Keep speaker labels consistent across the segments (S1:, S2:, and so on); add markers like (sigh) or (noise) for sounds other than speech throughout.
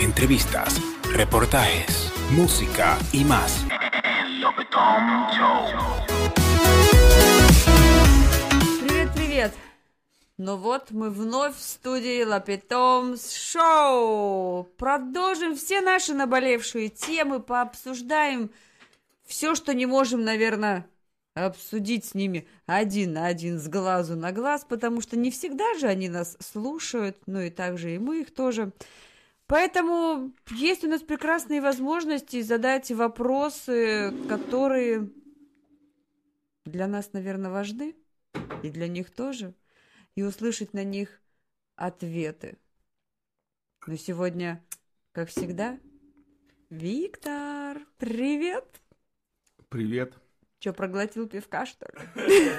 S1: entrevistas, reportajes, música y más. El Lobetón Show.
S2: Привет-привет! Ну вот, мы вновь в студии Лапитом Шоу. Продолжим все наши наболевшие темы, пообсуждаем все, что не можем, наверное, обсудить с ними один на один, с глазу на глаз, потому что не всегда же они нас слушают, ну и также и мы их тоже. Поэтому есть у нас прекрасные возможности задать вопросы, которые для нас, наверное, важны, и для них тоже, и услышать на них ответы. Но сегодня, как всегда, Виктор, привет!
S3: Привет.
S2: Че, проглотил пивка, что ли?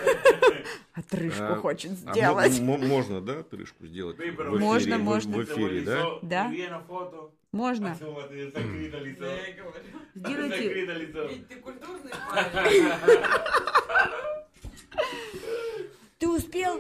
S2: Отрыжку хочет сделать.
S3: А мо- мо- можно, да, трышку сделать?
S4: Sí, pero
S3: В эфире,
S2: Можно,
S3: в-
S2: можно.
S3: В эфире, да?
S2: Да.
S4: Muy bien la foto.
S2: Можно?
S4: Asómate, está escrita el lizo.
S5: Я и говорю.
S4: Está
S2: Сделайте...
S4: escrita el lizo.
S5: Ведь ты культурный парень.
S2: Ты успел?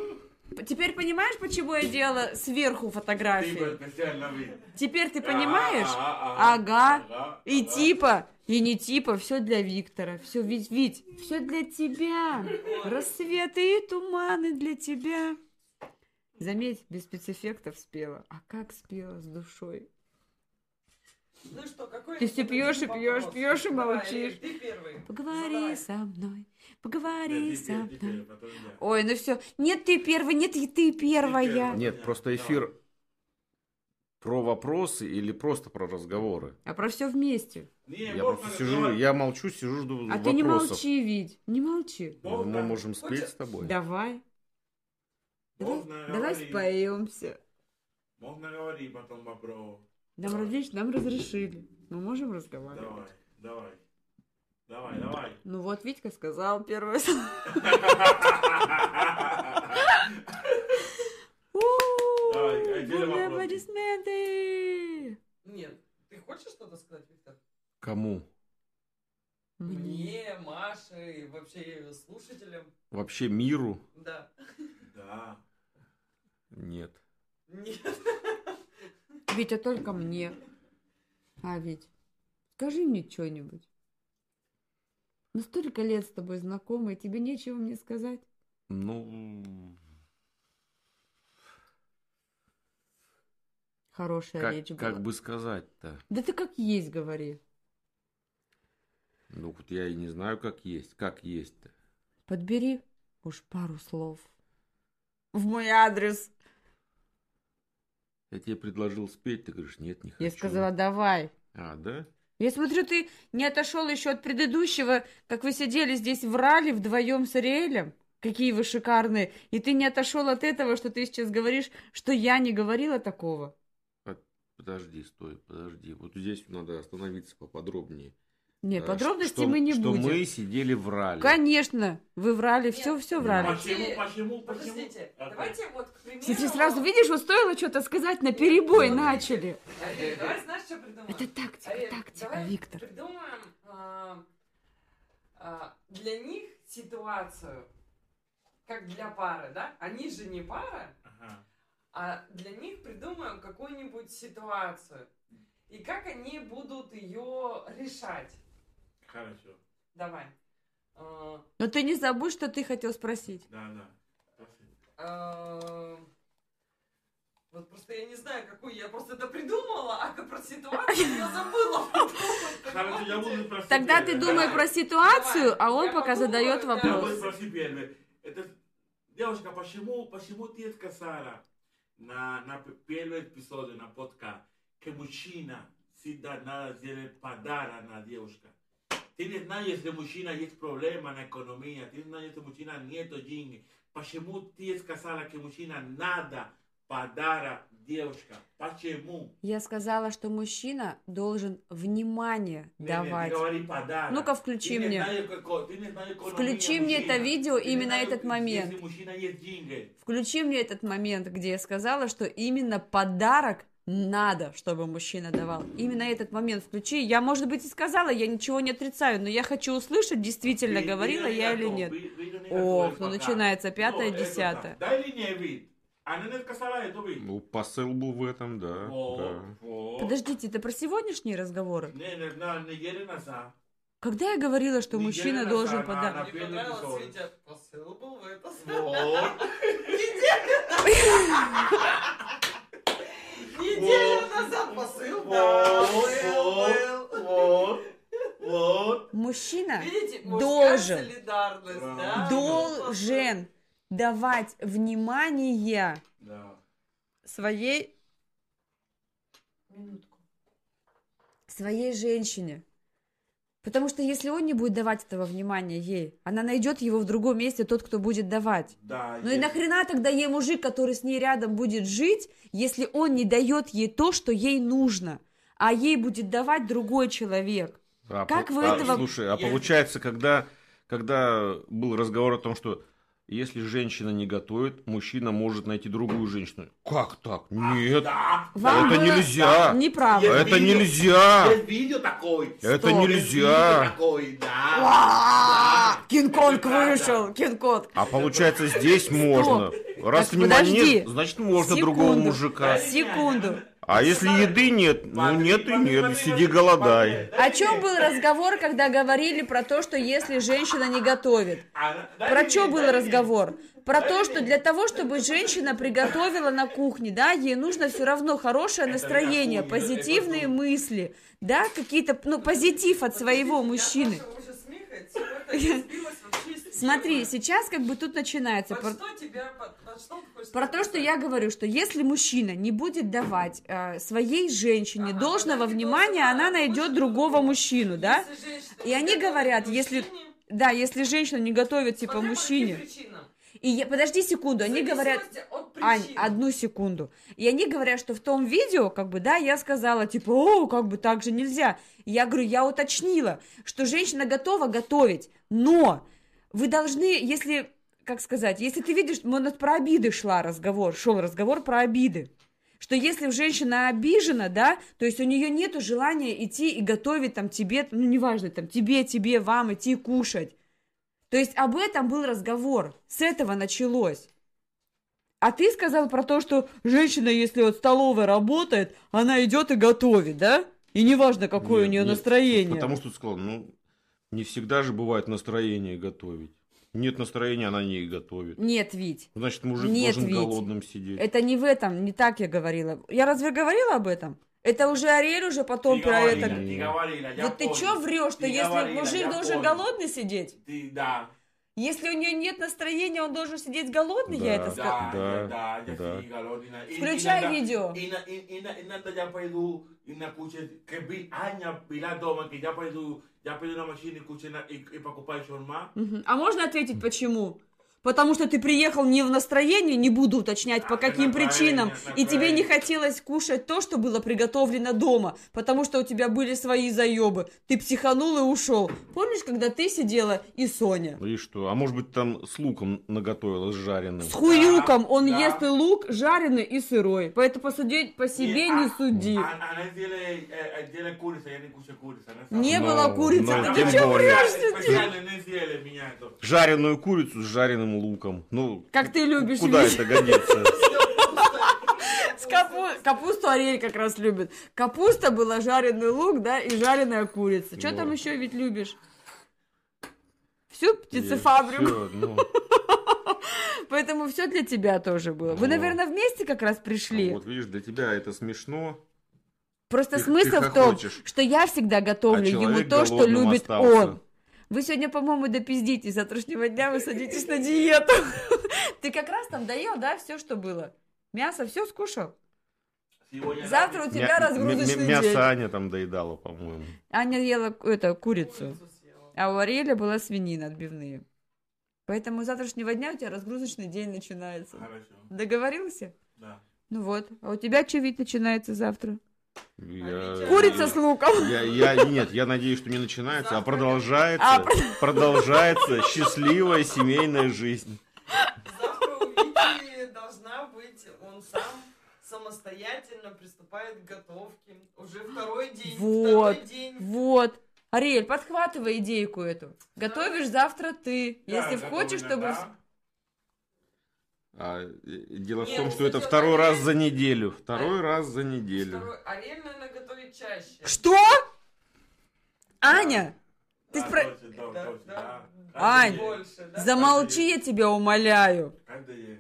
S2: Теперь понимаешь, почему я делала сверху
S4: Tipo
S2: фотографии?
S4: especial, la vi.
S2: Теперь ты понимаешь?
S4: А, а, а,
S2: Ага.
S4: ага,
S2: И
S4: ага.
S2: типа, и не типа, все для Виктора. Все, Вить, Вить, все для тебя. Рассветы и туманы для тебя. Заметь, без спецэффектов спела. А как спела с душой?
S5: Ну что, какой
S2: Ты всё пьёшь и пьёшь,
S5: вопрос?
S2: пьёшь и
S5: Давай,
S2: молчишь.
S5: Ты первый.
S2: Поговори
S5: Задавай.
S2: со мной, поговори со
S4: Теперь, теперь,
S2: мной.
S4: потом я.
S2: Ой, ну все. Нет, ты первый, нет, и ты первая.
S4: первая.
S3: Нет, просто эфир про вопросы или просто про разговоры?
S2: А про все вместе.
S4: Не,
S3: Я
S4: Бог
S3: просто
S4: нас
S3: сижу,
S4: давай.
S3: я молчу, сижу, жду
S2: А
S3: вопросов.
S2: ты не молчи, Вить. Не молчи.
S3: Ну, Мы можем спеть
S5: Хочешь?
S3: с тобой.
S2: Давай. Давай,
S4: Бог на
S2: давай
S4: говори.
S2: споемся.
S4: Бог на говори, потом вопрос.
S2: Нам,
S4: Давай.
S2: различ- нам разрешили. Мы можем разговаривать.
S4: Давай, давай.
S2: (laughs)
S4: Давай, давай.
S2: Ну вот, Витька сказал первое слово. У,
S4: Давай, а теперь
S2: бурные
S4: вопрос.
S2: аплодисменты!
S5: Нет. Ты хочешь что-то сказать, Виктор?
S3: Кому?
S2: Мне.
S5: Мне, Маше и вообще слушателям.
S3: Вообще миру?
S5: Да.
S4: Да.
S3: Нет.
S5: Нет.
S2: Витя, только мне. А, Вить, скажи мне что-нибудь. Мы столько лет с тобой знакомы, и тебе нечего мне сказать.
S3: Ну,
S2: Хорошая
S3: как,
S2: речь была.
S3: как бы сказать-то?
S2: Да ты как есть говори.
S3: Ну, вот я и не знаю, как есть. Как есть-то?
S2: Подбери уж пару слов. В мой адрес.
S3: Я тебе предложил спеть, ты говоришь, нет, не хочу.
S2: Я сказала, давай.
S3: А, да?
S2: Я смотрю, ты не отошел еще от предыдущего, как вы сидели здесь в рале вдвоем с Ариэлем. Какие вы шикарные. И ты не отошел от этого, что ты сейчас говоришь, что я не говорила такого.
S3: Подожди, стой, подожди. Вот здесь надо остановиться поподробнее.
S2: Нет,
S3: Э,
S2: подробностей
S3: что-
S2: мы не
S3: что
S2: будем.
S3: мы сидели в рале.
S2: Конечно, вы врали, все, все
S3: Нет.
S2: врали.
S4: Почему, почему, А почему?
S5: Подождите.
S4: Опять.
S5: Давайте вот, к примеру...
S2: Смотри, сразу видишь, вот стоило что-то сказать, на перебой
S3: Да.
S2: начали.
S5: Ариэль, давай знаешь, что придумаем?
S2: Это тактика,
S5: Ариэль,
S2: тактика,
S5: давай
S2: Виктор.
S5: придумаем а, а, для них ситуацию, как для пары, да? Они же не пара,
S4: Ага.
S5: а для них придумаем какую-нибудь ситуацию. И как они будут ее решать.
S4: Хорошо.
S5: Давай. А,
S2: Но ты не забудь, что ты хотел спросить.
S4: Да, да. Спасибо.
S5: а, Вот просто я не знаю, какую я просто это придумала, а про ситуацию я
S2: (laughs)
S5: забыла.
S4: Хорошо, я буду просить.
S2: Тогда ты
S4: тебя.
S2: думай
S4: Да.
S2: про ситуацию,
S5: Давай,
S2: а он
S5: я
S2: пока
S5: подумаю,
S2: задает
S5: да.
S4: Я
S2: вопрос.
S4: буду спросить первый. Это, девушка, почему, почему ты сказала на, на п- первом эпизоде, на подкаст, que мужчина всегда надо сделать подарок на девушка? Ты не знаешь, если у мужчина есть проблема на экономии, а ты не знаешь, если у мужчина нет денег. Почему ты сказала, que мужчина надо подарок девушка? Почему?
S2: Я сказала, что мужчина должен внимание
S4: Не, не,
S2: давать.
S4: ты говори подарок.
S2: Ну-ка, включи
S4: Ты не
S2: мне.
S4: знаешь, как- ты не знаешь экономия
S2: Включи мне
S4: мужчина.
S2: это видео
S4: Ты не
S2: именно
S4: знаешь,
S2: этот момент.
S4: Если у мужчина есть деньги,
S2: Включи мне этот момент, где я сказала, что именно подарок надо, чтобы мужчина давал. Именно этот момент включи. Я, может быть, и сказала, я ничего не отрицаю, но я хочу услышать, действительно
S4: Ви-
S2: говорила
S4: видели
S2: я или
S4: готов,
S2: нет.
S4: ви- видели
S2: Ох,
S4: готов
S2: ну
S4: пока.
S2: начинается пятое,
S4: Ну, это
S2: десятое.
S4: так. Да или не вид? Она не сказала это вид.
S3: Ну, посыл был в этом, Ну да.
S4: Вот,
S3: да.
S4: вот.
S2: Подождите, это про сегодняшние разговоры?
S4: Не, не, на неделю
S2: (laughs)
S4: назад.
S2: Когда я говорила, что
S4: Неделю
S2: мужчина
S4: назад
S2: должен
S4: она-
S2: подарок?
S5: Мне
S4: первый
S5: понравилось,
S4: эпизод.
S5: Витя посылал в это
S4: Вот.
S5: Неделю назад посыл, да, был,
S4: Вот,
S5: был.
S4: вот, вот.
S2: Мужчина
S5: Видите, мужская
S2: Должен.
S5: солидарность, да? Ну,
S2: должен давать внимание
S4: Да.
S2: своей,
S5: Минутку.
S2: своей женщине. Потому что если он не будет давать этого внимания ей, она найдет его в другом месте, тот, кто будет давать.
S4: Да.
S2: Ну и
S4: есть.
S2: нахрена тогда ей мужик, который с ней рядом будет жить, если он не дает ей то, что ей нужно, а ей будет давать другой человек?
S3: А
S2: Как
S3: по-
S2: вы
S3: а,
S2: этого-
S3: Слушай, а
S4: Я-
S3: получается, когда, когда был разговор о том, что если женщина не готовит, мужчина может найти другую женщину. Как так? Нет,
S4: Да.
S2: Вам
S3: это
S2: было
S3: нельзя.
S2: неправда.
S4: Я-
S3: это
S4: видел.
S3: нельзя.
S4: Есть видео такой.
S3: Это
S2: Стоп.
S4: Есть видео
S3: нельзя.
S4: такой, да.
S2: А, Кинг-Конг
S4: Это правда.
S2: вышел, Кинг-Конг.
S3: А получается, здесь можно. Раз
S2: Так,
S3: внимания
S2: подожди.
S3: нет, значит можно другого
S2: Секунду.
S3: мужика.
S2: Секунду.
S3: А если еды нет, ну
S4: Смотри,
S3: нет и
S4: смотри,
S3: нет,
S4: смотри,
S3: сиди
S4: смотри,
S3: голодай.
S4: смотри.
S2: О чем был разговор, когда говорили про то, что если женщина не готовит?
S4: А, дай
S2: Про
S4: мне,
S2: что
S4: дай
S2: был
S4: мне.
S2: разговор? Про то, что для того, чтобы женщина приготовила на кухне, да, ей нужно все равно хорошее
S4: Это
S2: настроение,
S4: на кухне,
S2: позитивные
S4: это круто.
S2: мысли, да, какие-то, ну, позитив от своего мужчины.
S5: Я от вашего уже смеха, от всего этого я
S2: (laughs)
S5: сбилась вообще с темы.
S2: Смотри, сейчас как бы тут начинается.
S5: Вот
S2: про-
S5: что тебя, под- под что ты хочешь
S2: Про то, что
S5: сказать?
S2: я говорю, что если мужчина не будет давать э, своей женщине
S5: Ага,
S2: должного
S5: она не
S2: внимания,
S5: должна,
S2: она
S5: она
S2: найдет
S5: хочет
S2: другого
S5: другого.
S2: мужчину, да?
S5: Если женщина
S2: И они
S5: готова к
S2: говорят, если-
S5: мужчине,
S2: Да, если женщина не готовит типа
S5: смотря по
S2: мужчине.
S5: каким причинам.
S2: И я- подожди секунду, они
S5: В
S2: говорят,
S5: зависимости от
S2: Ань, а
S5: причин.
S2: одну секунду. И они говорят, что в том видео, как бы, да, я сказала, типа, о, как бы так же нельзя. Я говорю, я уточнила, что женщина готова готовить, но вы должны, если, как сказать, если ты видишь, мы вот про обиды шла разговор, шел разговор про обиды. Что если женщина обижена, да, то есть у нее нету желания идти и готовить там тебе, ну неважно, там тебе, тебе, вам идти кушать. То есть об этом был разговор, с этого началось. А ты сказал про то, что женщина, если вот столовая работает, она идет и готовит, да? И неважно, какое
S3: Нет,
S2: у нее
S3: нет,
S2: настроение.
S3: Потому что ты сказал, ну, не всегда же бывает настроение готовить. Нет настроения, она не и готовит.
S2: Нет, Вить,
S3: Значит, мужик
S2: Нет, Э,
S3: должен
S2: Вить.
S3: голодным сидеть.
S2: это не в этом, не так я говорила. Я разве говорила об этом? Это уже Ариэль уже потом
S4: Ты
S2: про
S4: говорила,
S2: это.
S4: ты говорила, я
S2: вот ты
S4: помню.
S2: чё врешь, что
S4: Ты
S2: если
S4: говорила,
S2: мужик
S4: я
S2: должен
S4: помню.
S2: голодный сидеть?
S4: Ты, да.
S2: Если у нее нет настроения, он должен сидеть голодный, я
S3: Да.
S2: это сказала.
S4: Да, да,
S3: Да,
S4: я
S3: да.
S4: сидела, Родина. И-
S2: Включай
S4: иногда-
S2: видео.
S4: и на- и- и на- и иногда я пойду и на куче, que vi- Аня была дома, que я пойду, я пойду на машине куче на- и, и покупаю шаурма.
S2: Мгм. А можно ответить, почему? Потому что ты приехал не в настроении, не буду уточнять, по
S4: А,
S2: каким
S4: направление,
S2: причинам, и тебе не
S4: направление.
S2: хотелось кушать то, что было приготовлено дома, потому что у тебя были свои заебы. Ты психанул и ушел. Помнишь, когда ты сидела и Соня?
S3: И что? А может быть, там с луком наготовила, с жареным?
S2: С хуюком он
S4: да.
S2: ест и лук, жареный и сырой. Поэтому посудить по себе
S4: а-
S2: не суди.
S4: А- Она делает, э, э, делает курица, я не кушаю курица. она сама.
S2: Не
S3: Но-
S2: было курицы.
S3: но
S2: Ты
S3: Ну, тем
S2: чё
S3: более.
S2: врешь?
S4: Специально не сделали меня то.
S3: Жареную курицу с жареным луком. Ну,
S2: Как ты любишь,
S3: куда
S2: Вить? (laughs)
S3: это годится?
S2: С капу- Капусту Ариэль как раз любит. Капуста была, жареный лук, да, и жареная курица. Что
S3: Вот.
S2: там еще ведь любишь? Всю
S3: Я-
S2: птицефабрику.
S3: всё, ну,
S2: Поэтому все для тебя тоже было. Вы,
S3: Ну.
S2: наверное, вместе как раз пришли.
S3: А Вот видишь, для тебя это смешно.
S2: Просто
S3: Ты-
S2: смысл
S3: ты
S2: в том,
S3: хохочешь.
S2: что я всегда готовлю
S3: А
S2: ему
S3: человек
S2: то, что
S3: голодным
S2: любит
S3: остался.
S2: он. Вы сегодня, по-моему, допиздитесь. С завтрашнего дня вы садитесь на диету. (laughs) Ты как раз там доел, да, все, что было? Мясо все скушал?
S4: Сегодня
S2: Завтра у
S4: рано-
S2: тебя
S3: Мя-
S2: разгрузочный
S3: мя-
S2: день.
S3: Мясо Аня там доедала, по-моему.
S2: Аня ела это, курицу.
S5: Курицу съела.
S2: А у Ариэля была свинина отбивные. Поэтому с завтрашнего дня у тебя разгрузочный день начинается.
S4: Хорошо,
S2: Договорился?
S4: да.
S2: Ну вот. А у тебя что ведь начинается завтра?
S3: Я- э,
S2: Курица с луком.
S3: Я, я- нет, я надеюсь, что не начинается, а
S5: Завтра.
S3: продолжается,
S2: А,
S3: продолжается счастливая семейная жизнь.
S5: Завтра у Вики должна быть, он сам самостоятельно приступает к готовке. Уже второй день.
S2: Вот.
S5: Второй день.
S2: Вот. Ариэль, подхватывай идейку эту. Готовишь завтра ты. Если
S4: Да,
S2: хочешь,
S4: готовлю
S2: чтобы...
S4: иногда.
S3: А, э, дело в
S5: Нет,
S3: том,
S5: ну,
S3: что это
S5: сначала
S3: второй раз
S5: проверь.
S3: за неделю. Второй раз за неделю.
S5: Второй, Ариэль, наверное, готовит чаще.
S2: Что? Аня, Ты
S4: Да,
S2: спро-
S4: А, точно, да,
S5: Да,
S4: точно,
S5: да.
S4: да. Каждый
S2: Ань.
S4: день,
S5: Больше, да?
S2: замолчи, я тебя умоляю.
S4: Каждый день.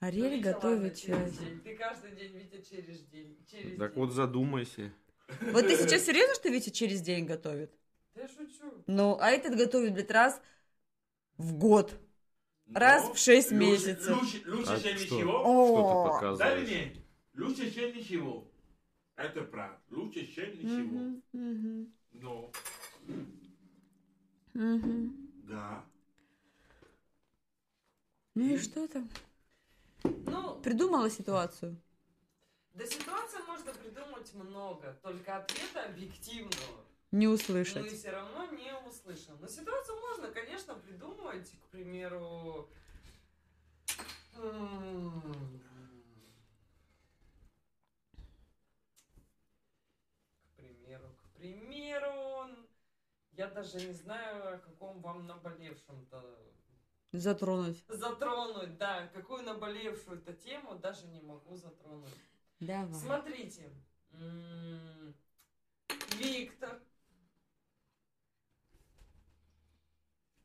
S5: Ну,
S2: Ариэль
S5: Витя, ладно,
S2: готовит
S5: через
S2: чай.
S5: день. Ты каждый день, Витя, через день. Через
S3: Так
S5: день.
S3: вот задумайся.
S2: Вот
S5: (laughs)
S2: ты сейчас серьезно, что Витя через день готовит?
S5: Да я шучу.
S2: Ну, а этот готовит, блядь, раз в год. Раз
S4: Но
S2: в шесть
S4: лучше-
S2: месяцев.
S4: Лучше, лучше,
S3: А
S4: чем
S3: что?
S4: ничего.
S3: Что ты
S2: О,
S4: Да
S3: показываешь?
S4: или нет? Лучше, чем ничего. Это правда. Лучше, чем ничего.
S2: Мгм, мгм,
S4: Но,
S2: мгм.
S4: да.
S2: Ну и что там?
S5: Ну,
S2: Придумала ситуацию.
S5: да ситуации можно придумать много, только ответа объективного
S2: Не
S5: мы
S2: услышать.
S5: все равно не услышим. Но ситуацию можно, конечно, придумать, к примеру... м, К примеру, к примеру, я даже не знаю, о каком вам наболевшем-то
S2: Затронуть.
S5: затронуть, да, какую наболевшую-то тему даже не могу затронуть.
S2: Давай.
S5: Смотрите, м, Виктор,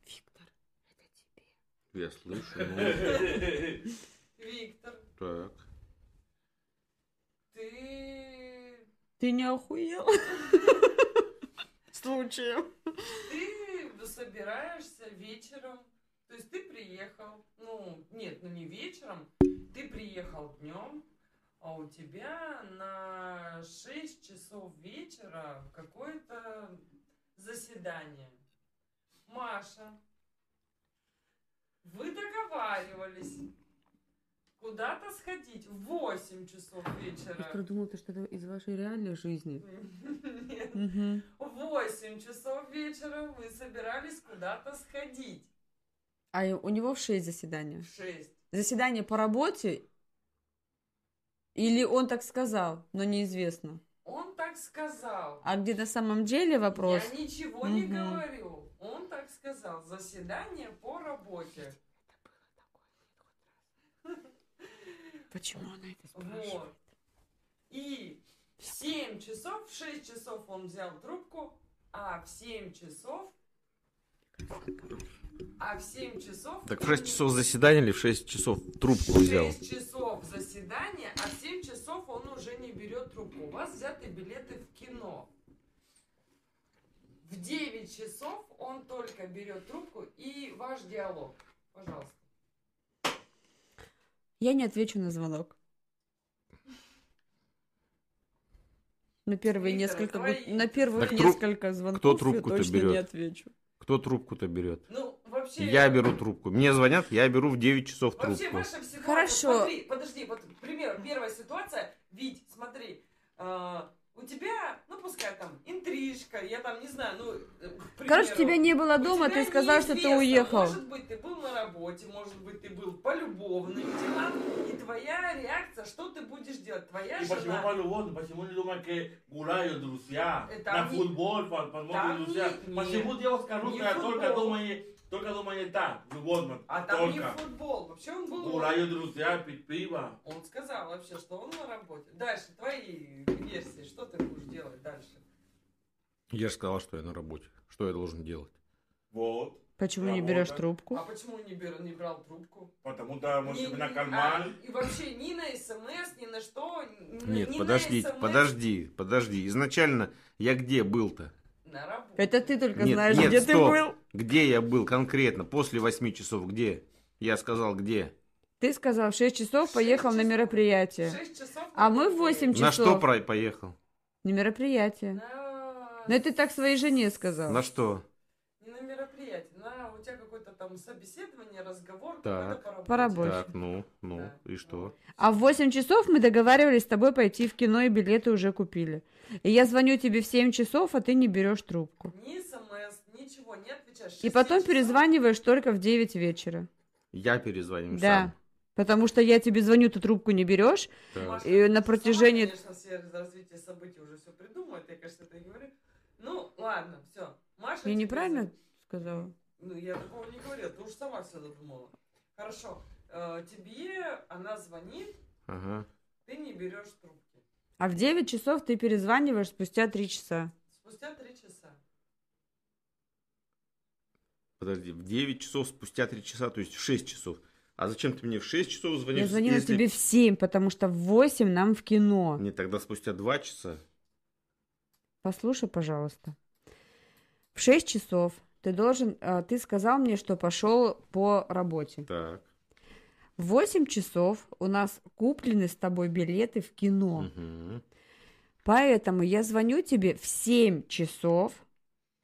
S2: Виктор, это тебе.
S3: Я слышу. ну,
S5: Виктор,
S3: так.
S5: ты,
S2: Ты не охуел? Случаем.
S5: ты собираешься вечером, то есть ты приехал, ну, нет, ну не вечером, ты приехал днем, а у тебя на 6 часов вечера какое-то заседание. Маша, вы договаривались куда-то сходить в 8 часов вечера.
S2: думал, ты что-то из вашей реальной жизни.
S5: (laughs) Нет.
S2: Мгм.
S5: В 8 часов вечера вы собирались куда-то сходить.
S2: А и- у него в шесть заседания.
S5: В 6.
S2: Заседание по работе? Или он так сказал, но неизвестно.
S5: Он так сказал.
S2: А где на самом деле вопрос?
S5: Я ничего не
S2: Мгм.
S5: говорю. Он так сказал. Заседание по работе.
S2: Почему она это спрашивает?
S5: Вот. И в 7 часов, в 6 часов он взял трубку, а в 7 часов... А в 7 часов...
S3: Так в
S5: он
S3: 6
S5: не-
S3: часов заседания или в 6 часов трубку взял?
S5: 6 часов заседания, а в 7 часов он уже не берет трубку. У вас взяты билеты в кино. В 9 часов он только берет трубку и ваш диалог. Пожалуйста.
S2: Я не отвечу на звонок. На первые
S5: Виктор,
S2: несколько,
S5: твои-
S2: гу- на первых
S3: Так тру-
S2: несколько звонков
S3: кто трубку-то
S2: я точно
S3: берет?
S2: не отвечу.
S3: Кто трубку-то берет?
S5: Ну, вообще...
S3: Я беру трубку. Мне звонят, я беру в 9 часов
S5: Вообще,
S3: трубку.
S5: ваша ситуация...
S2: Хорошо.
S5: Смотри, подожди, вот пример. Первая ситуация. Вить, смотри. э, у тебя, ну, пускай там интрижка, я там не знаю, ну... э, к
S2: Короче,
S5: примеру.
S2: тебя не было
S5: У
S2: А дома,
S5: тебя
S2: ты сказал, что ты
S5: неизвестно.
S2: уехал.
S5: Может быть, ты был на работе, может быть, ты был по любовным делам, и твоя реакция, что ты будешь делать? Твоя
S4: И почему
S5: жена...
S4: по-любому, почему не думают, que гуляют друзья
S5: Это
S4: на
S5: они-
S4: футбол, по-
S5: Э, Там
S4: посмотрят друзья?
S5: не-
S4: Почему девушка
S5: не
S4: русская только
S5: футбол.
S4: думает, только думает так, Ну, вот,
S5: А там не
S4: только.
S5: футбол. Вообще он был...
S4: Гуляют друзья, пить пиво.
S5: Он сказал вообще, что он на работе. Дальше, твои версии, что ты будешь делать дальше?
S3: Я же сказал, что я на работе. Что я должен делать?
S4: Вот.
S2: Почему не
S4: Работа.
S2: берешь
S5: А
S2: трубку?
S5: почему не, бер- не брал трубку?
S4: Потому что мы
S5: Ни-
S4: себя накормали.
S5: а, и вообще ни на смс, ни на что. ни-
S2: Ну,
S3: Нет,
S5: ни на
S3: подождите,
S5: SMS.
S3: подожди, подожди. Изначально я где был-то?
S5: На работе.
S2: Это ты только
S3: Нет,
S2: знаешь,
S3: нет,
S2: где ты
S3: стоп.
S2: был.
S3: Где я был конкретно? После 8 часов где? Я сказал, где?
S2: Ты сказал, в 6 часов
S5: Шесть
S2: поехал на
S5: часов.
S2: мероприятие.
S5: Шесть часов.
S2: А мы в восемь
S3: На
S2: Часов.
S3: что про- поехал?
S2: На мероприятие.
S5: На-
S2: Но это ты так своей жене сказал.
S3: На что?
S5: Не на мероприятие, на у тебя какое-то там собеседование, разговор,
S3: Так.
S5: какой-то
S2: По работе. Больше.
S3: Так, ну, ну,
S5: Да.
S3: и что?
S2: А в 8 часов мы договаривались с тобой пойти в кино, и билеты уже купили. И я звоню тебе в 7 часов, а ты не берешь трубку.
S5: Ни смс, ничего, не отвечаешь.
S2: И
S5: Шести
S2: потом
S5: часов-
S2: перезваниваешь только в 9 вечера.
S3: Я перезвоню
S2: Да. Потому что я тебе звоню, ты трубку не берешь.
S3: сам. Так.
S5: Маша,
S2: И на
S5: сама,
S2: протяжении-
S5: конечно, все развитие событий уже все придумывает, я, конечно, это и говорю. Ну, ладно, все. Маша...
S2: Я
S5: тебе
S2: неправильно
S5: за-
S2: сказала?
S5: Ну, я такого не говорила, ты уж сама все додумала. Хорошо, э, тебе она звонит,
S3: Ага.
S5: ты не берешь трубки.
S2: А в 9 часов ты перезваниваешь спустя 3 часа.
S5: Спустя три часа.
S3: Подожди, в 9 часов спустя 3 часа, то есть в 6 часов. А зачем ты мне в 6 часов звонишь?
S2: Я звонила
S3: Ну, если-
S2: тебе в 7, потому что в 8 нам в кино.
S3: Не, тогда спустя 2 часа.
S2: Послушай, пожалуйста. В 6 часов ты должен... а, Ты сказал мне, что пошел по работе.
S3: Так.
S2: В 8 часов у нас куплены с тобой билеты в кино.
S3: Мгм.
S2: Поэтому я звоню тебе в 7 часов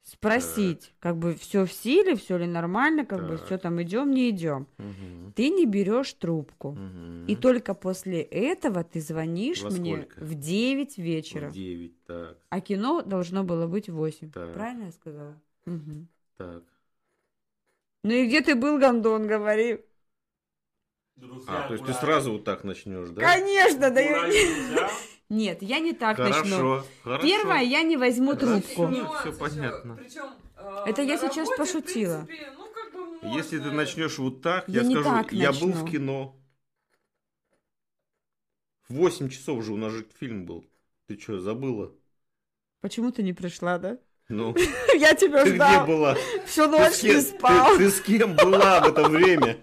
S2: спросить, как бы все в силе, все ли нормально, как бы
S3: Так.
S2: все там идем, не идем.
S3: Мгм.
S2: Ты не берешь трубку.
S3: Мгм.
S2: И только после этого ты звонишь
S3: Во
S2: мне
S3: сколько?
S2: в 9 вечера.
S3: В 9, так,
S2: А кино должно было быть в 8.
S3: Так.
S2: Правильно я сказала? Мгм.
S3: так.
S2: Ну и где ты был, Гондон, говори?
S4: Друзья,
S3: А, то есть ты
S4: аккуратно.
S3: сразу вот так начнешь, да?
S2: Конечно, да я...
S4: Аккуратно, друзья.
S2: (laughs) Нет, я не так начну.
S3: Хорошо, хорошо.
S2: Первое, я не возьму
S3: Раз.
S2: трубку.
S3: Ну, всё понятно.
S5: Причем,
S2: Это я сейчас пошутила.
S5: ну, как бы можно.
S3: Если ты начнешь вот так, я,
S2: Я не
S3: скажу,
S2: так
S3: я был
S2: начну.
S3: в кино. В 8 часов же у нас же фильм был. Ты что, забыла?
S2: Почему ты не пришла, да? (laughs)
S3: Ну,
S2: Я тебя
S3: ты где
S2: ждал.
S3: была?
S2: Всю
S3: Ты с
S2: ночь
S3: кем-
S2: не спал.
S3: ты- Ты с кем была в это время?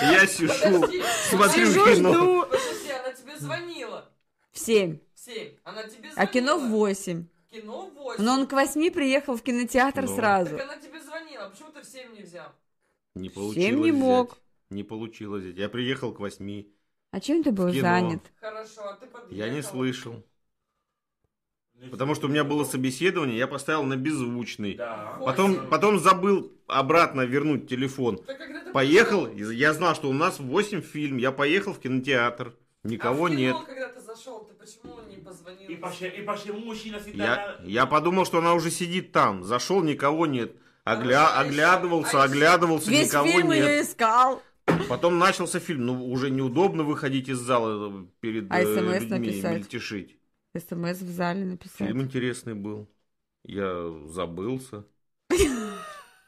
S3: Я сижу,
S5: Подожди,
S3: смотрю
S2: Сижу,
S3: кино.
S2: жду.
S5: (laughs) подожди, она тебе звонила
S2: В 7.
S5: в 7. Она тебе звонила.
S2: А кино в 8.
S5: Кино в 8.
S2: Но он к 8 приехал в кинотеатр
S3: Ну.
S2: сразу.
S5: Так она тебе звонила, почему ты в 7 не взял?
S3: Не
S2: Семь
S3: получилось
S2: не
S3: взять.
S2: мог.
S3: Не получилось взять. Я приехал к 8.
S2: А чем ты был
S3: кино.
S2: занят?
S5: Хорошо, а ты подъехал.
S3: Я не слышал.
S4: Не
S3: (laughs) Потому что у меня было собеседование, я поставил на беззвучный.
S4: Да.
S3: Потом, потом забыл обратно вернуть телефон.
S5: Да когда ты
S3: Поехал,
S5: пришёл?
S3: и я знал, что у нас 8 фильм. Я поехал в кинотеатр. Никого
S5: а в кино,
S3: нет.
S5: когда ты зашел, ты почему не позвонил?
S4: И поше- и почему мужчина всегда...
S3: Я,
S4: надо-
S3: я подумал, что она уже сидит там. Зашел, никого нет. Огля-
S5: А
S3: оглядывался,
S5: ещё-
S3: оглядывался,
S2: Весь
S3: никого
S2: фильм
S3: нет.
S2: ее искал.
S3: Потом начался фильм. Ну, уже неудобно выходить из зала э, перед
S2: А
S3: э,
S2: SMS
S3: людьми и
S2: написать?
S3: мельтешить.
S2: СМС в зале написал.
S3: Фильм интересный был. Я забылся.
S4: Ну,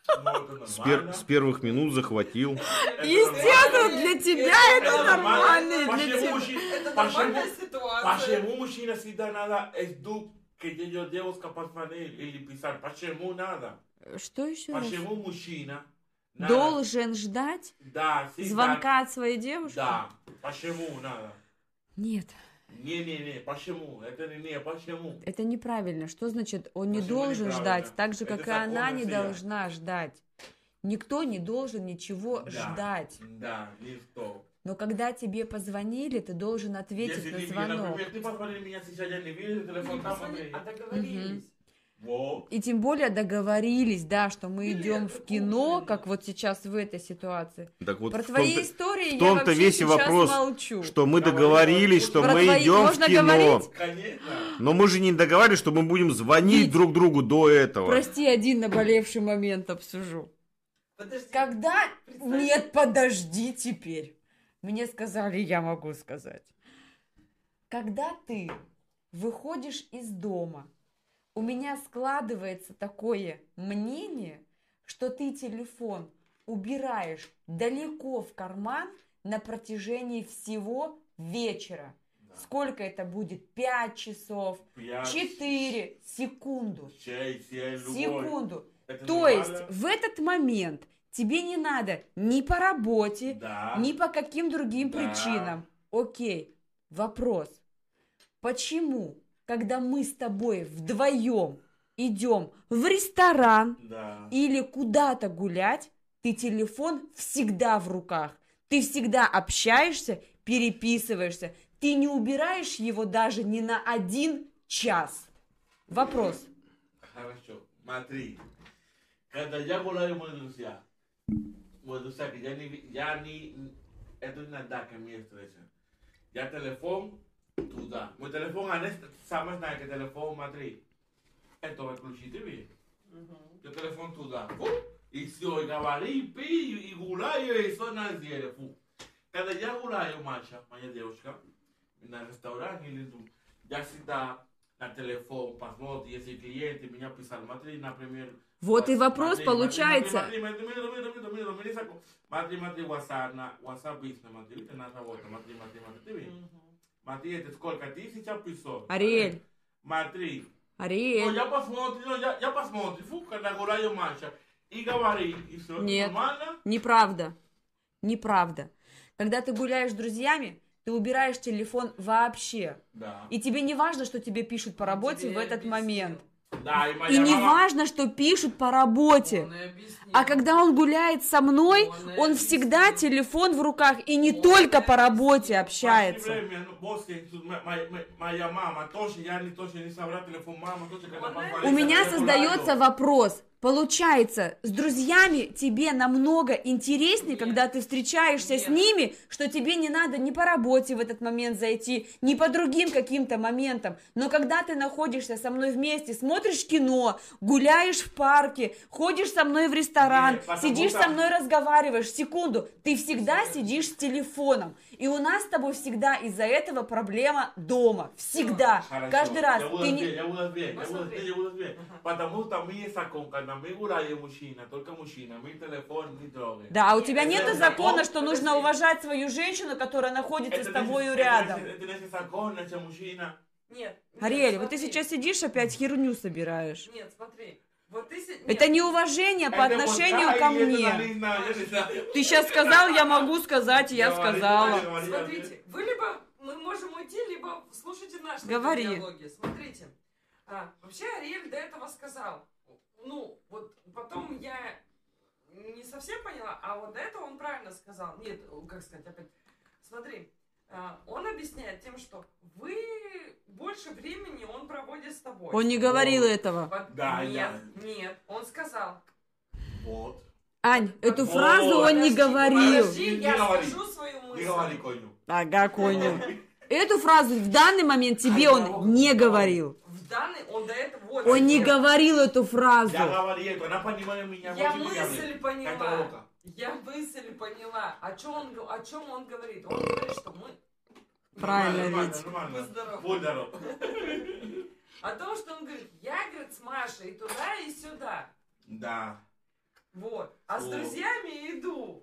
S4: это нормально.
S3: С, пер- с первых минут захватил.
S4: Это
S2: Естественно,
S4: нормально.
S2: для тебя это нормально, и для
S4: Почему
S2: тебя.
S4: мужчина-
S5: Это нормальная
S4: почему-
S5: ситуация.
S4: Почему мужчина всегда надо жду, que ее девушка позвонит или писать? Почему надо?
S2: Что еще раз?
S4: Почему мужчина надо-
S2: Должен ждать
S4: да, всегда-
S2: звонка от своей девушки?
S4: Да. Почему надо?
S2: Нет,
S4: Не-не-не, почему? Это не, не почему?
S2: это неправильно. Что значит он не
S4: Почему
S2: должен
S4: неправильно?
S2: ждать, так же,
S4: Это
S2: как и она
S4: законно
S2: не
S4: всегда.
S2: должна ждать? Никто не должен ничего
S4: Да.
S2: ждать.
S4: Да, не что.
S2: Но когда тебе позвонили, ты должен ответить
S4: Если
S2: на
S4: ты меня,
S2: звонок.
S4: например, ты позвонил меня сейчас, я не вижу телефон
S5: Не
S4: там,
S5: позвони,
S4: Андрей.
S5: а договорились.
S4: Вот.
S2: И тем более договорились, да, что мы
S5: Билеты
S2: идем в кино,
S5: куплены.
S2: как вот сейчас в этой ситуации.
S3: Так вот,
S2: Про
S3: в
S2: твои
S3: том-то-
S2: истории
S3: в
S2: я
S3: том-то
S2: вообще
S3: весь и
S2: сейчас
S3: вопрос,
S2: молчу.
S3: что мы
S4: Давай,
S3: договорились,
S4: давай.
S3: что
S2: Про
S3: мы
S2: твои
S3: идем в
S2: можно
S3: кино.
S2: говорить?
S4: Конечно.
S3: Но мы же не договаривались, что мы будем звонить
S2: Вить.
S3: друг другу до этого.
S2: Прости, один наболевший момент обсужу.
S5: Подожди.
S2: Когда...
S5: представь.
S2: Нет, подожди теперь. Мне сказали, я могу сказать. Когда ты выходишь из дома, у меня складывается такое мнение, что ты телефон убираешь далеко в карман на протяжении всего вечера. Сколько это будет? Пять часов,
S4: Пять,
S2: четыре, секунду,
S4: шесть, семь, любой.
S2: секунду.
S4: Это
S2: То есть
S4: нормально?
S2: в этот момент тебе не надо ни по работе,
S4: да.
S2: ни по каким другим
S4: Да.
S2: причинам. Окей, вопрос. Почему, когда мы с тобой вдвоем идем в ресторан
S4: Да.
S2: или куда-то гулять, ты телефон всегда в руках, ты всегда общаешься, переписываешься, ты не убираешь его даже ни на один час. Вопрос.
S4: Хорошо. Смотри. Когда я гуляю, мои друзья, мои друзья, que я не, ви- я не, это иногда ко мне встреча. Я телефон туда. Мой телефон, она сама знает, que телефон, смотри. Это выключите вы. Yo телефон туда. Фу. И все, и говори, пи, и гуляю, и все на деле. Фу. Когда я гуляю, Маша, моя девушка, на ресторан или ну, я всегда на телефон, посмотри, если клиенты меня писал, смотри, например...
S2: Вот и
S4: вот,
S2: вопрос
S4: смотри,
S2: получается.
S4: Смотри, смотри, смотри, смотри, смотри, смотри, смотри, смотри, смотри, смотри, WhatsApp, на WhatsApp бизнес, смотри, видите, наша вот, смотри, смотри, смотри, ты видишь? Смотри, это сколько, тысяча песо.
S2: Ариэль,
S4: Смотри. Ну,
S2: Ариэль.
S4: я посмотрю, ну, я, я посмотрю, фу, когда гуляю Маша, и говори, и все,
S2: Нет.
S4: нормально?
S2: Неправда. Неправда. Когда ты гуляешь с друзьями, ты убираешь телефон вообще.
S4: Да.
S2: И тебе не важно, что тебе пишут по работе
S5: Тебе
S2: в этот
S5: объяснил.
S2: момент.
S4: Да, и моя
S2: И не
S4: мама-
S2: важно, что пишут по работе.
S5: Он и объяснил.
S2: А когда он гуляет со мной,
S5: Он и
S2: он всегда
S5: объяснил.
S2: телефон в руках и не
S5: Он
S2: только
S5: и
S2: по работе
S5: объяснил.
S2: общается.
S4: Почти время, ну, после, тут м- м- м- моя мама тоже, я не тоже не собрал телефон, мама тоже, когда
S5: Он
S4: папа
S5: это-
S2: У
S4: лезет,
S2: меня
S4: я
S2: создается
S4: гуляю.
S2: вопрос. Получается, с друзьями тебе намного интереснее, когда ты встречаешься с
S5: Нет.
S2: ними, что тебе не надо ни по работе в этот момент зайти, ни по другим каким-то моментам. Но когда ты находишься со мной вместе, смотришь кино, гуляешь в парке, ходишь со мной в ресторан,
S4: Нет, потому
S2: сидишь со
S4: что-
S2: мной разговариваешь, секунду, ты всегда сидишь с телефоном. И у нас с тобой всегда из-за этого проблема дома. Всегда.
S4: Хорошо,
S2: Каждый раз.
S4: Я
S2: Ты
S4: буду
S2: не-
S4: отвечать, я буду отвечать, я буду
S5: Посмотри.
S4: отвечать, я буду отвечать.
S5: Ага.
S4: Потому что мы закон, когда мы гуляем мужчина, только мужчина, мы телефон не трогаем.
S2: Да, а у
S5: Нет,
S2: тебя
S4: это
S2: нету
S4: не
S2: закона,
S4: закон.
S2: что нужно
S5: Подожди.
S2: уважать свою женщину, которая находится с
S4: даже-
S2: тобою
S4: это
S2: рядом.
S4: даже- Это даже закон, это мужчина.
S5: Нет. нет,
S2: Ариэль, вот ты
S5: смотри.
S2: сейчас сидишь опять херню собираешь.
S5: Нет, смотри. Вот ты... се-
S2: Это
S5: нет.
S2: неуважение по
S4: Это вот
S2: отношению
S4: так,
S2: ко
S4: и это
S2: мне.
S4: не знаю, я не знаю.
S2: Ты сейчас сказал, я могу сказать, и я
S4: Говори,
S2: сказала.
S4: говори, говори.
S5: Смотрите, вы либо мы можем уйти, либо слушайте наши
S2: Говори.
S5: диалоги. Смотрите, а, вообще Ариэль до этого сказал. Ну, вот потом я не совсем поняла, а вот до этого он правильно сказал. Нет, как сказать, опять. Смотри, а, он объясняет тем, что вы больше времени он проводит с тобой.
S2: Он не говорил
S4: О.
S2: этого.
S5: Вот-
S4: Да,
S5: нет, нет, он сказал.
S4: Вот.
S2: Ань, эту
S4: О,
S2: фразу он не
S5: Подожди,
S2: говорил.
S5: Подожди,
S4: Не
S5: я
S4: говори.
S5: скажу свою мысль.
S4: Не говори коню.
S2: Ага, понял. Эту фразу в данный момент тебе он не говорил.
S5: В данный он до этого вот
S2: Он не
S5: говорил.
S2: говорил эту фразу.
S4: Я говорил это, она понимает меня.
S5: Я
S4: очень
S5: мысль
S4: явно. Это
S5: поняла.
S4: лока.
S5: Я мысль поняла. О чем он, го- о чем он говорит? Он говорит, что мы...
S2: Правильно,
S4: Нормально,
S2: ведь.
S4: нормально.
S5: Будь здоров.
S4: Будь здоров.
S5: О том, что он говорит, я, говорит, с Машей и туда, и сюда.
S4: Да.
S5: Вот. А с
S4: О.
S5: друзьями иду.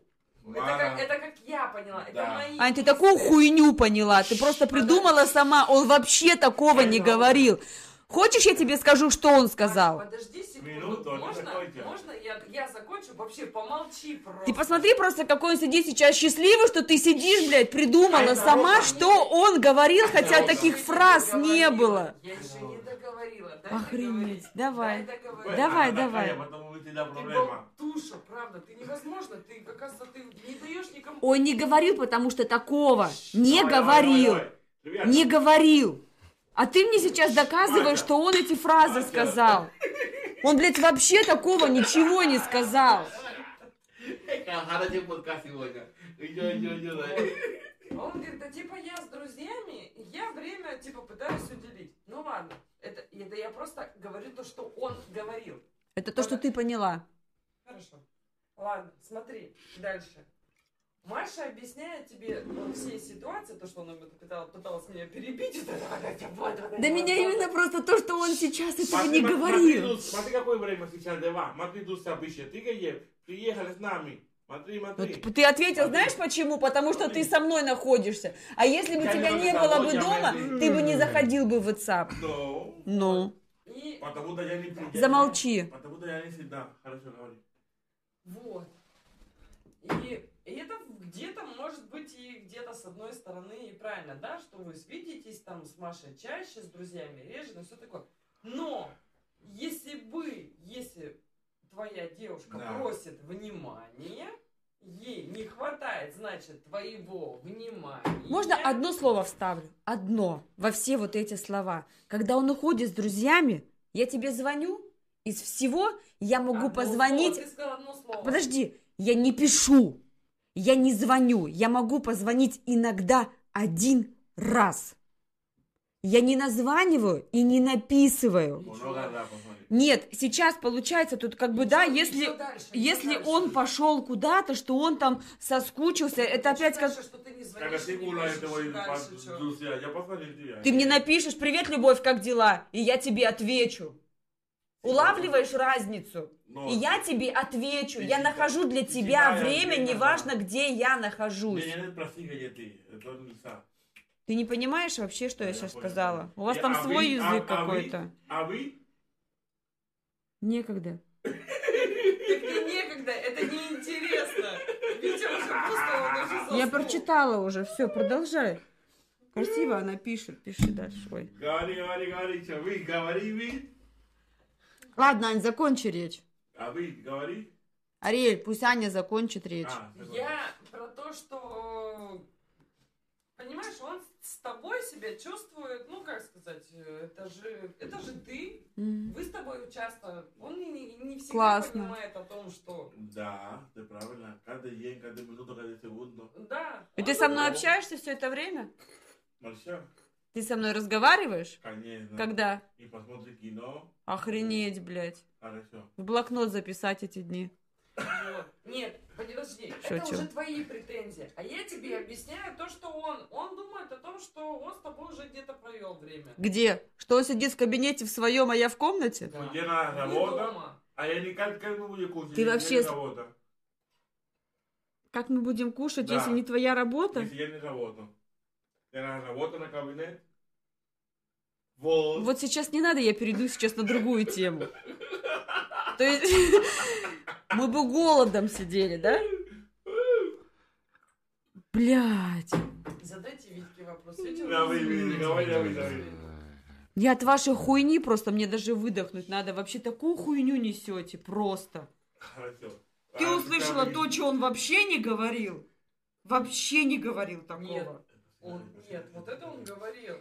S5: Это
S4: Мара.
S5: как, это как я поняла. Это
S4: Да.
S5: мои...
S2: Ань, ты такую
S5: мысли.
S2: хуйню поняла. Ты просто придумала сама. Он вообще такого не говорил. Хочешь, я тебе скажу, что он сказал?
S5: Подожди секунду.
S4: Минуту, а не
S5: можно,
S4: закончил.
S5: можно я, я закончу? Вообще, помолчи просто.
S2: Ты посмотри просто, какой он сидит сейчас счастливый, что ты сидишь, блядь, придумала
S4: Это
S2: сама,
S4: ровно.
S2: что он говорил, хотя
S4: ровно.
S2: таких
S5: Я
S2: фраз
S5: договорила.
S2: не было.
S5: Я еще не договорила. Дай
S2: Охренеть.
S5: договорить.
S2: Давай.
S5: Дай
S4: Ой,
S5: договорить.
S2: Да. Давай,
S4: она такая,
S2: давай.
S4: Потом у тебя
S5: Ты
S4: проблема.
S5: болтуша, правда, ты невозможно, ты, оказывается, ты не даешь никому...
S2: Он не говорил, потому что такого не
S4: Давай, давай,
S2: говорил.
S4: давай. Ребята,
S2: Не говорил. А ты мне сейчас доказываешь, что он эти фразы
S4: Мася.
S2: сказал. Он, блядь, вообще такого ничего не сказал.
S4: какая хорошая подкаст сегодня. Идё, идё, идё, да.
S5: А Он говорит, да типа я с друзьями, и я время типа пытаюсь уделить. Ну ладно, это, это я просто говорю то, что он говорил.
S2: Это то, что ты поняла.
S5: Хорошо. Ладно, смотри, дальше. Маша объясняет тебе ну, все ситуации, то, что она вот пытала- пыталась меня перебить. и так, «Ай, я вот, вот,
S2: Да
S5: вот,
S2: меня
S5: вот».
S2: именно просто то, что он сейчас этого
S4: Смотри,
S2: не
S4: смотри,
S2: говорил.
S4: тут, Смотри, какое время сейчас два. Смотри, тут события. Ты где? Приехали с нами. Смотри,
S2: Ну,
S4: смотри.
S2: т- ты ответил, знаешь почему? Потому что ты со мной находишься. А если бы
S4: Я
S2: тебя
S4: не
S2: не
S4: могу
S2: было бы
S4: домой,
S2: дома,
S4: я не-
S2: ты бы не заходил бы в WhatsApp.
S4: Ну,
S2: Ну,
S5: И
S4: Потому что я не приеду.
S2: замолчи.
S4: Потому что я не всегда хорошо говорю.
S5: Вот. И, и это где-то, может быть, и где-то с одной стороны и правильно, да, что вы видитесь там с Машей чаще, с друзьями реже, но все такое. Но если бы, если твоя девушка
S4: Да.
S5: просит внимания, ей не хватает, значит, твоего внимания.
S2: Можно одно слово вставлю? Одно. Во все вот эти слова. Когда он уходит с друзьями, я тебе звоню, из всего я могу
S5: Одно
S2: позвонить
S5: слово, ты сказала одно слово.
S2: Подожди, я не пишу, я не звоню, я могу позвонить иногда один раз. Я не названиваю и не написываю.
S4: Много, да, посмотри.
S2: Нет, сейчас получается тут как
S4: Ну,
S2: бы, да,
S5: Ничего,
S2: если,
S5: ничего дальше, ничего
S2: если
S5: дальше.
S2: он пошел куда-то, что он там
S4: Ну,
S2: соскучился, это опять как...
S5: Что ты не
S4: Так а
S5: звонишь,
S4: ты
S5: ты не
S4: гуляешь
S5: пишешь,
S4: этого и
S5: дальше чё?
S4: друзья, я посмотрел тебя.
S2: Ты мне напишешь, привет, любовь, как дела? И я тебе отвечу. Улавливаешь разницу?
S4: Но-
S2: И я тебе отвечу.
S4: Ну, И
S2: Я
S4: тебя-
S2: нахожу для
S4: и
S2: тебя
S4: тебя я
S2: время,
S4: отвечу.
S2: неважно, где я нахожусь.
S4: Меня не прости, где ты. Это нельзя.
S2: Ты не понимаешь вообще, что я
S4: Я
S2: сейчас
S4: понял.
S2: сказала? У вас
S4: Э,
S2: там
S4: а
S2: свой
S4: вы- а-
S2: язык
S4: а вы-
S2: какой-то.
S4: А вы?
S2: Некогда.
S5: Так мне некогда, это неинтересно. Витя уже пустого, он уже заснул.
S2: Я прочитала уже, все, продолжай. Красиво она пишет, пиши дальше. Ой.
S4: Говори, говори, говори. чё, Вы, говори, вы.
S2: Ладно, Ань, закончи речь.
S4: А вы, говори.
S2: Ариэль, пусть Аня закончит речь.
S4: А, такой.
S5: Я про то, что... Понимаешь, он с тобой себя чувствует, ну, как сказать, э, это же, это же ты,
S2: М.
S5: вы с тобой часто, он не, не- не всегда
S2: Классно.
S5: понимает о том, что...
S4: Да, ты правильно. Каждый день, каждую минуту, каждую секунду.
S5: Да.
S2: И ты со мной общаешься все это время?
S4: Марша,
S2: Ты со мной разговариваешь?
S4: конечно.
S2: Когда?
S4: И посмотри кино.
S2: Охренеть, блядь.
S4: Хорошо.
S2: В блокнот записать эти дни.
S5: Вот. Нет, подожди, это
S2: Шучу.
S5: уже твои претензии. А я тебе объясняю то, что он, он думает о том, что он с тобой уже где-то провел время.
S2: Где? Что он сидит в кабинете в своем, а я в комнате?
S5: Да.
S4: Где на
S5: Не
S4: работа?
S5: дома.
S4: А я никак как мы будем кушать.
S2: Ты
S4: если
S2: вообще
S4: я
S2: с-
S4: не работа.
S2: Как мы будем кушать,
S4: Да.
S2: если не твоя работа?
S4: Если я не работаю. Я на работу на кабинет. Вот.
S2: Вот сейчас не надо, я перейду сейчас на другую тему. То есть (laughs) мы бы голодом сидели, да? Блять,
S5: Задайте Витьке вопрос. Витя
S4: Да, вы,
S5: уже
S4: вы,
S5: извините.
S4: давай, давай, давай.
S2: я от вашей хуйни просто мне даже выдохнуть надо. Вообще такую хуйню несете просто.
S4: Хорошо.
S2: Ты
S4: А,
S2: услышала
S4: давай.
S2: то, что он вообще не говорил? Вообще не говорил такого.
S5: Нет. Он, нет, вот это он говорил.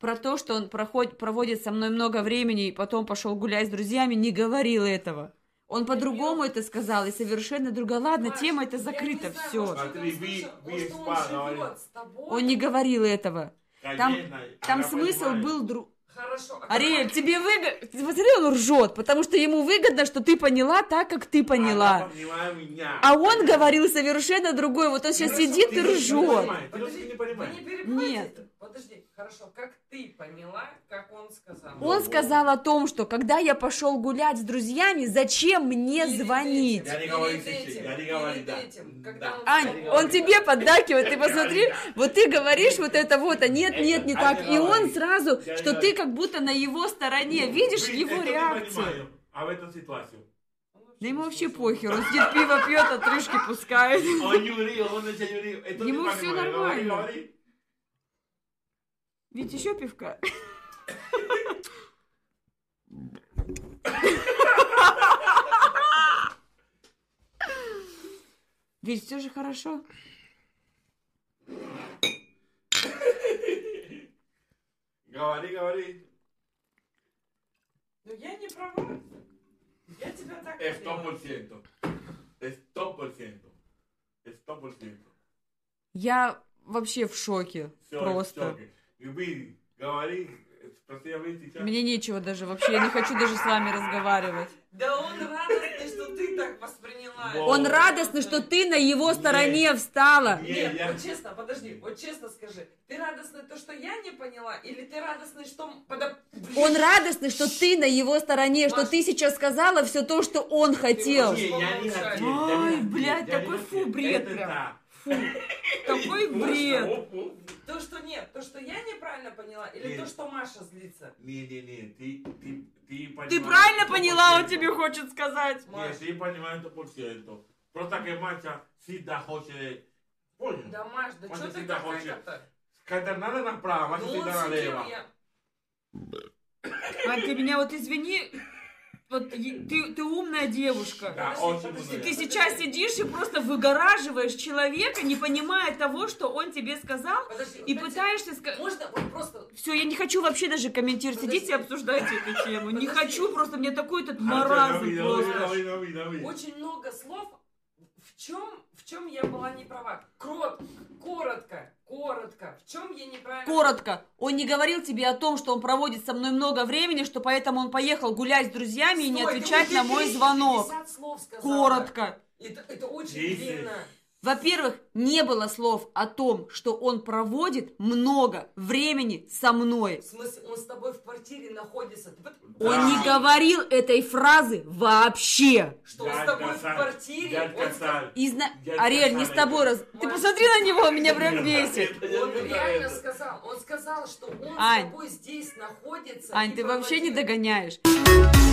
S2: Про то, что он проход- проводит со мной много времени и потом пошел гулять с друзьями, не говорил этого. Он по-другому это сказал и совершенно другое. Ладно,
S5: Маш,
S2: тема это
S5: я
S2: закрыта,
S5: не знаю,
S2: все.
S5: может, ты
S4: Смотри,
S5: там
S4: вы-
S5: слышал,
S4: вы
S5: может, он
S4: спа,
S5: живет
S4: говори.
S5: с тобой.
S2: Он не говорил этого. Там-
S4: Конечно,
S2: Там
S4: она
S2: смысл
S4: понимает.
S2: был друг.
S5: Хорошо. а
S2: Ариэль,
S5: как-
S2: тебе выгодно... Смотри, он ржет, потому что ему выгодно, что ты поняла так, как ты
S4: Она
S2: поняла.
S4: понимает меня.
S2: А он говорил совершенно другое. Вот он сейчас
S4: Хорошо,
S2: сидит
S4: ты
S2: и
S4: не
S2: ржет.
S4: понимаешь, ты просто не понимаешь.
S5: вы не перебивайте.
S2: Нет.
S5: Подожди, хорошо, как ты поняла, как он сказал?
S2: Он
S4: Ну,
S2: сказал о том, что когда я пошел гулять с друзьями, зачем мне
S5: Перед
S2: звонить?
S5: этим,
S4: Я не
S5: перед
S4: говорю
S5: этим,
S4: сейчас, я не
S5: перед
S4: говорю, да.
S5: этим,
S4: Да.
S5: когда он с
S2: Ань,
S5: тобой-
S2: он тебе поддакивает, ты посмотри, вот ты говоришь вот это вот, а нет, нет, не так. И он сразу, что ты как будто на его стороне, видишь
S4: Вы
S2: его
S4: это не
S2: реакцию.
S4: понимаю, А в эту ситуацию.
S5: Он
S2: Да ему
S5: не
S2: вообще
S5: слушал.
S2: похер, он сидит пиво пьет, отрыжки пускает.
S4: Он А, Юрий, он это Юрий. Это
S2: Ему
S4: не
S2: всё
S4: понимаю. Говори,
S2: нормально.
S4: говори.
S2: Ведь еще пивка. Ведь все же хорошо.
S4: Говори, говори.
S5: Ну я не права. Я тебя так
S4: Es
S5: хотела.
S4: 100%. Es 100%. Es 100%.
S2: Я вообще в шоке.
S4: Всё,
S2: просто.
S4: всё. Люби, говори, спроси, а вы сейчас...
S2: Мне нечего даже вообще, я не хочу даже с вами разговаривать.
S5: Да он радостный, что ты так восприняла.
S4: Во.
S2: Он радостный, что ты на его стороне встала.
S4: Не,
S5: Нет,
S4: я-
S5: вот честно, подожди, вот честно скажи, ты радостный то, что я не поняла, или ты радостный, что... м- пода-
S2: Он радостный, что ты на его стороне, что
S5: Маш.
S2: ты сейчас сказала все то, что он хотел.
S4: Не, я не
S5: Ой,
S4: хотел, я не хотел,
S2: блядь,
S4: я не
S2: такой
S4: хотел.
S2: фу, бред
S4: Это
S2: прям.
S4: да. Ну
S2: Такой бред.
S4: Оп, оп.
S5: (laughs) То, что нет, то, что я неправильно поняла, или
S4: Нет.
S5: то, что Маша злится.
S4: Не-не-не, ты, ты, ты понимаешь...
S2: Ты правильно
S4: 100%.
S2: поняла, он тебе хочет сказать.
S5: Маш.
S4: Нет, ты понимаешь 100%. Просто que Маша а, всегда хочет... Понял?
S5: Да, Маш, да
S4: Он
S5: что ты
S4: всегда
S5: такая
S4: хочет.
S5: то
S4: Когда надо направо, Маша
S5: Ну он
S4: всегда налево.
S5: сидел, я...
S2: Ань, А ты меня вот извини, вот е- ты, ты умная девушка.
S4: Да,
S5: Подожди,
S4: очень
S5: подожди,
S4: умная.
S2: Ты сейчас сидишь и просто выгораживаешь человека, не понимая того, что он тебе сказал,
S5: Подожди,
S2: и
S5: вот эти-
S2: пытаешься сказать...
S5: Можно вот просто...
S2: Все, я не хочу вообще даже комментировать.
S5: Подожди.
S2: Сидите и обсуждайте эту тему. Не
S5: Подожди.
S2: хочу, просто мне такой этот
S4: А,
S2: маразм
S4: дави, дави,
S2: просто.
S4: дави, дави, дави.
S5: Очень много слов. В чем, в чем я была не права? Крот, коротко, коротко. В чем я неправильно?
S2: Коротко, он не говорил тебе о том, что он проводит со мной много времени, что поэтому он поехел гулять с друзьями и не
S5: Стой, ты
S2: отвечать
S5: уже
S2: на мой
S5: 250
S2: звонок.
S5: слов сказала.
S2: Коротко.
S5: Это, это очень
S4: Десять.
S5: длинно.
S2: Во-первых, не было слов о том, что он проводит много времени со мной.
S5: В смысле, он с тобой в квартире находится. Ты вот-
S4: Да.
S2: Он не говорил этой фразы вообще.
S5: Что
S4: Дядь
S5: с тобой в
S4: Касаль,
S5: квартире?
S4: дядь
S5: Он с тобой-
S4: Касаль.
S2: И зна...
S4: Дядь
S2: Ариэль, не с
S4: Касаня.
S2: тобой раз... Ты посмотри на него, меня прям бесит.
S4: Это я
S5: Он
S4: не
S5: реально
S4: знаю.
S5: сказал, он сказал, что он
S2: Ань.
S5: с тобой здесь находится.
S2: Ань,
S5: и
S2: ты
S5: проводил-
S2: вообще не догоняешь.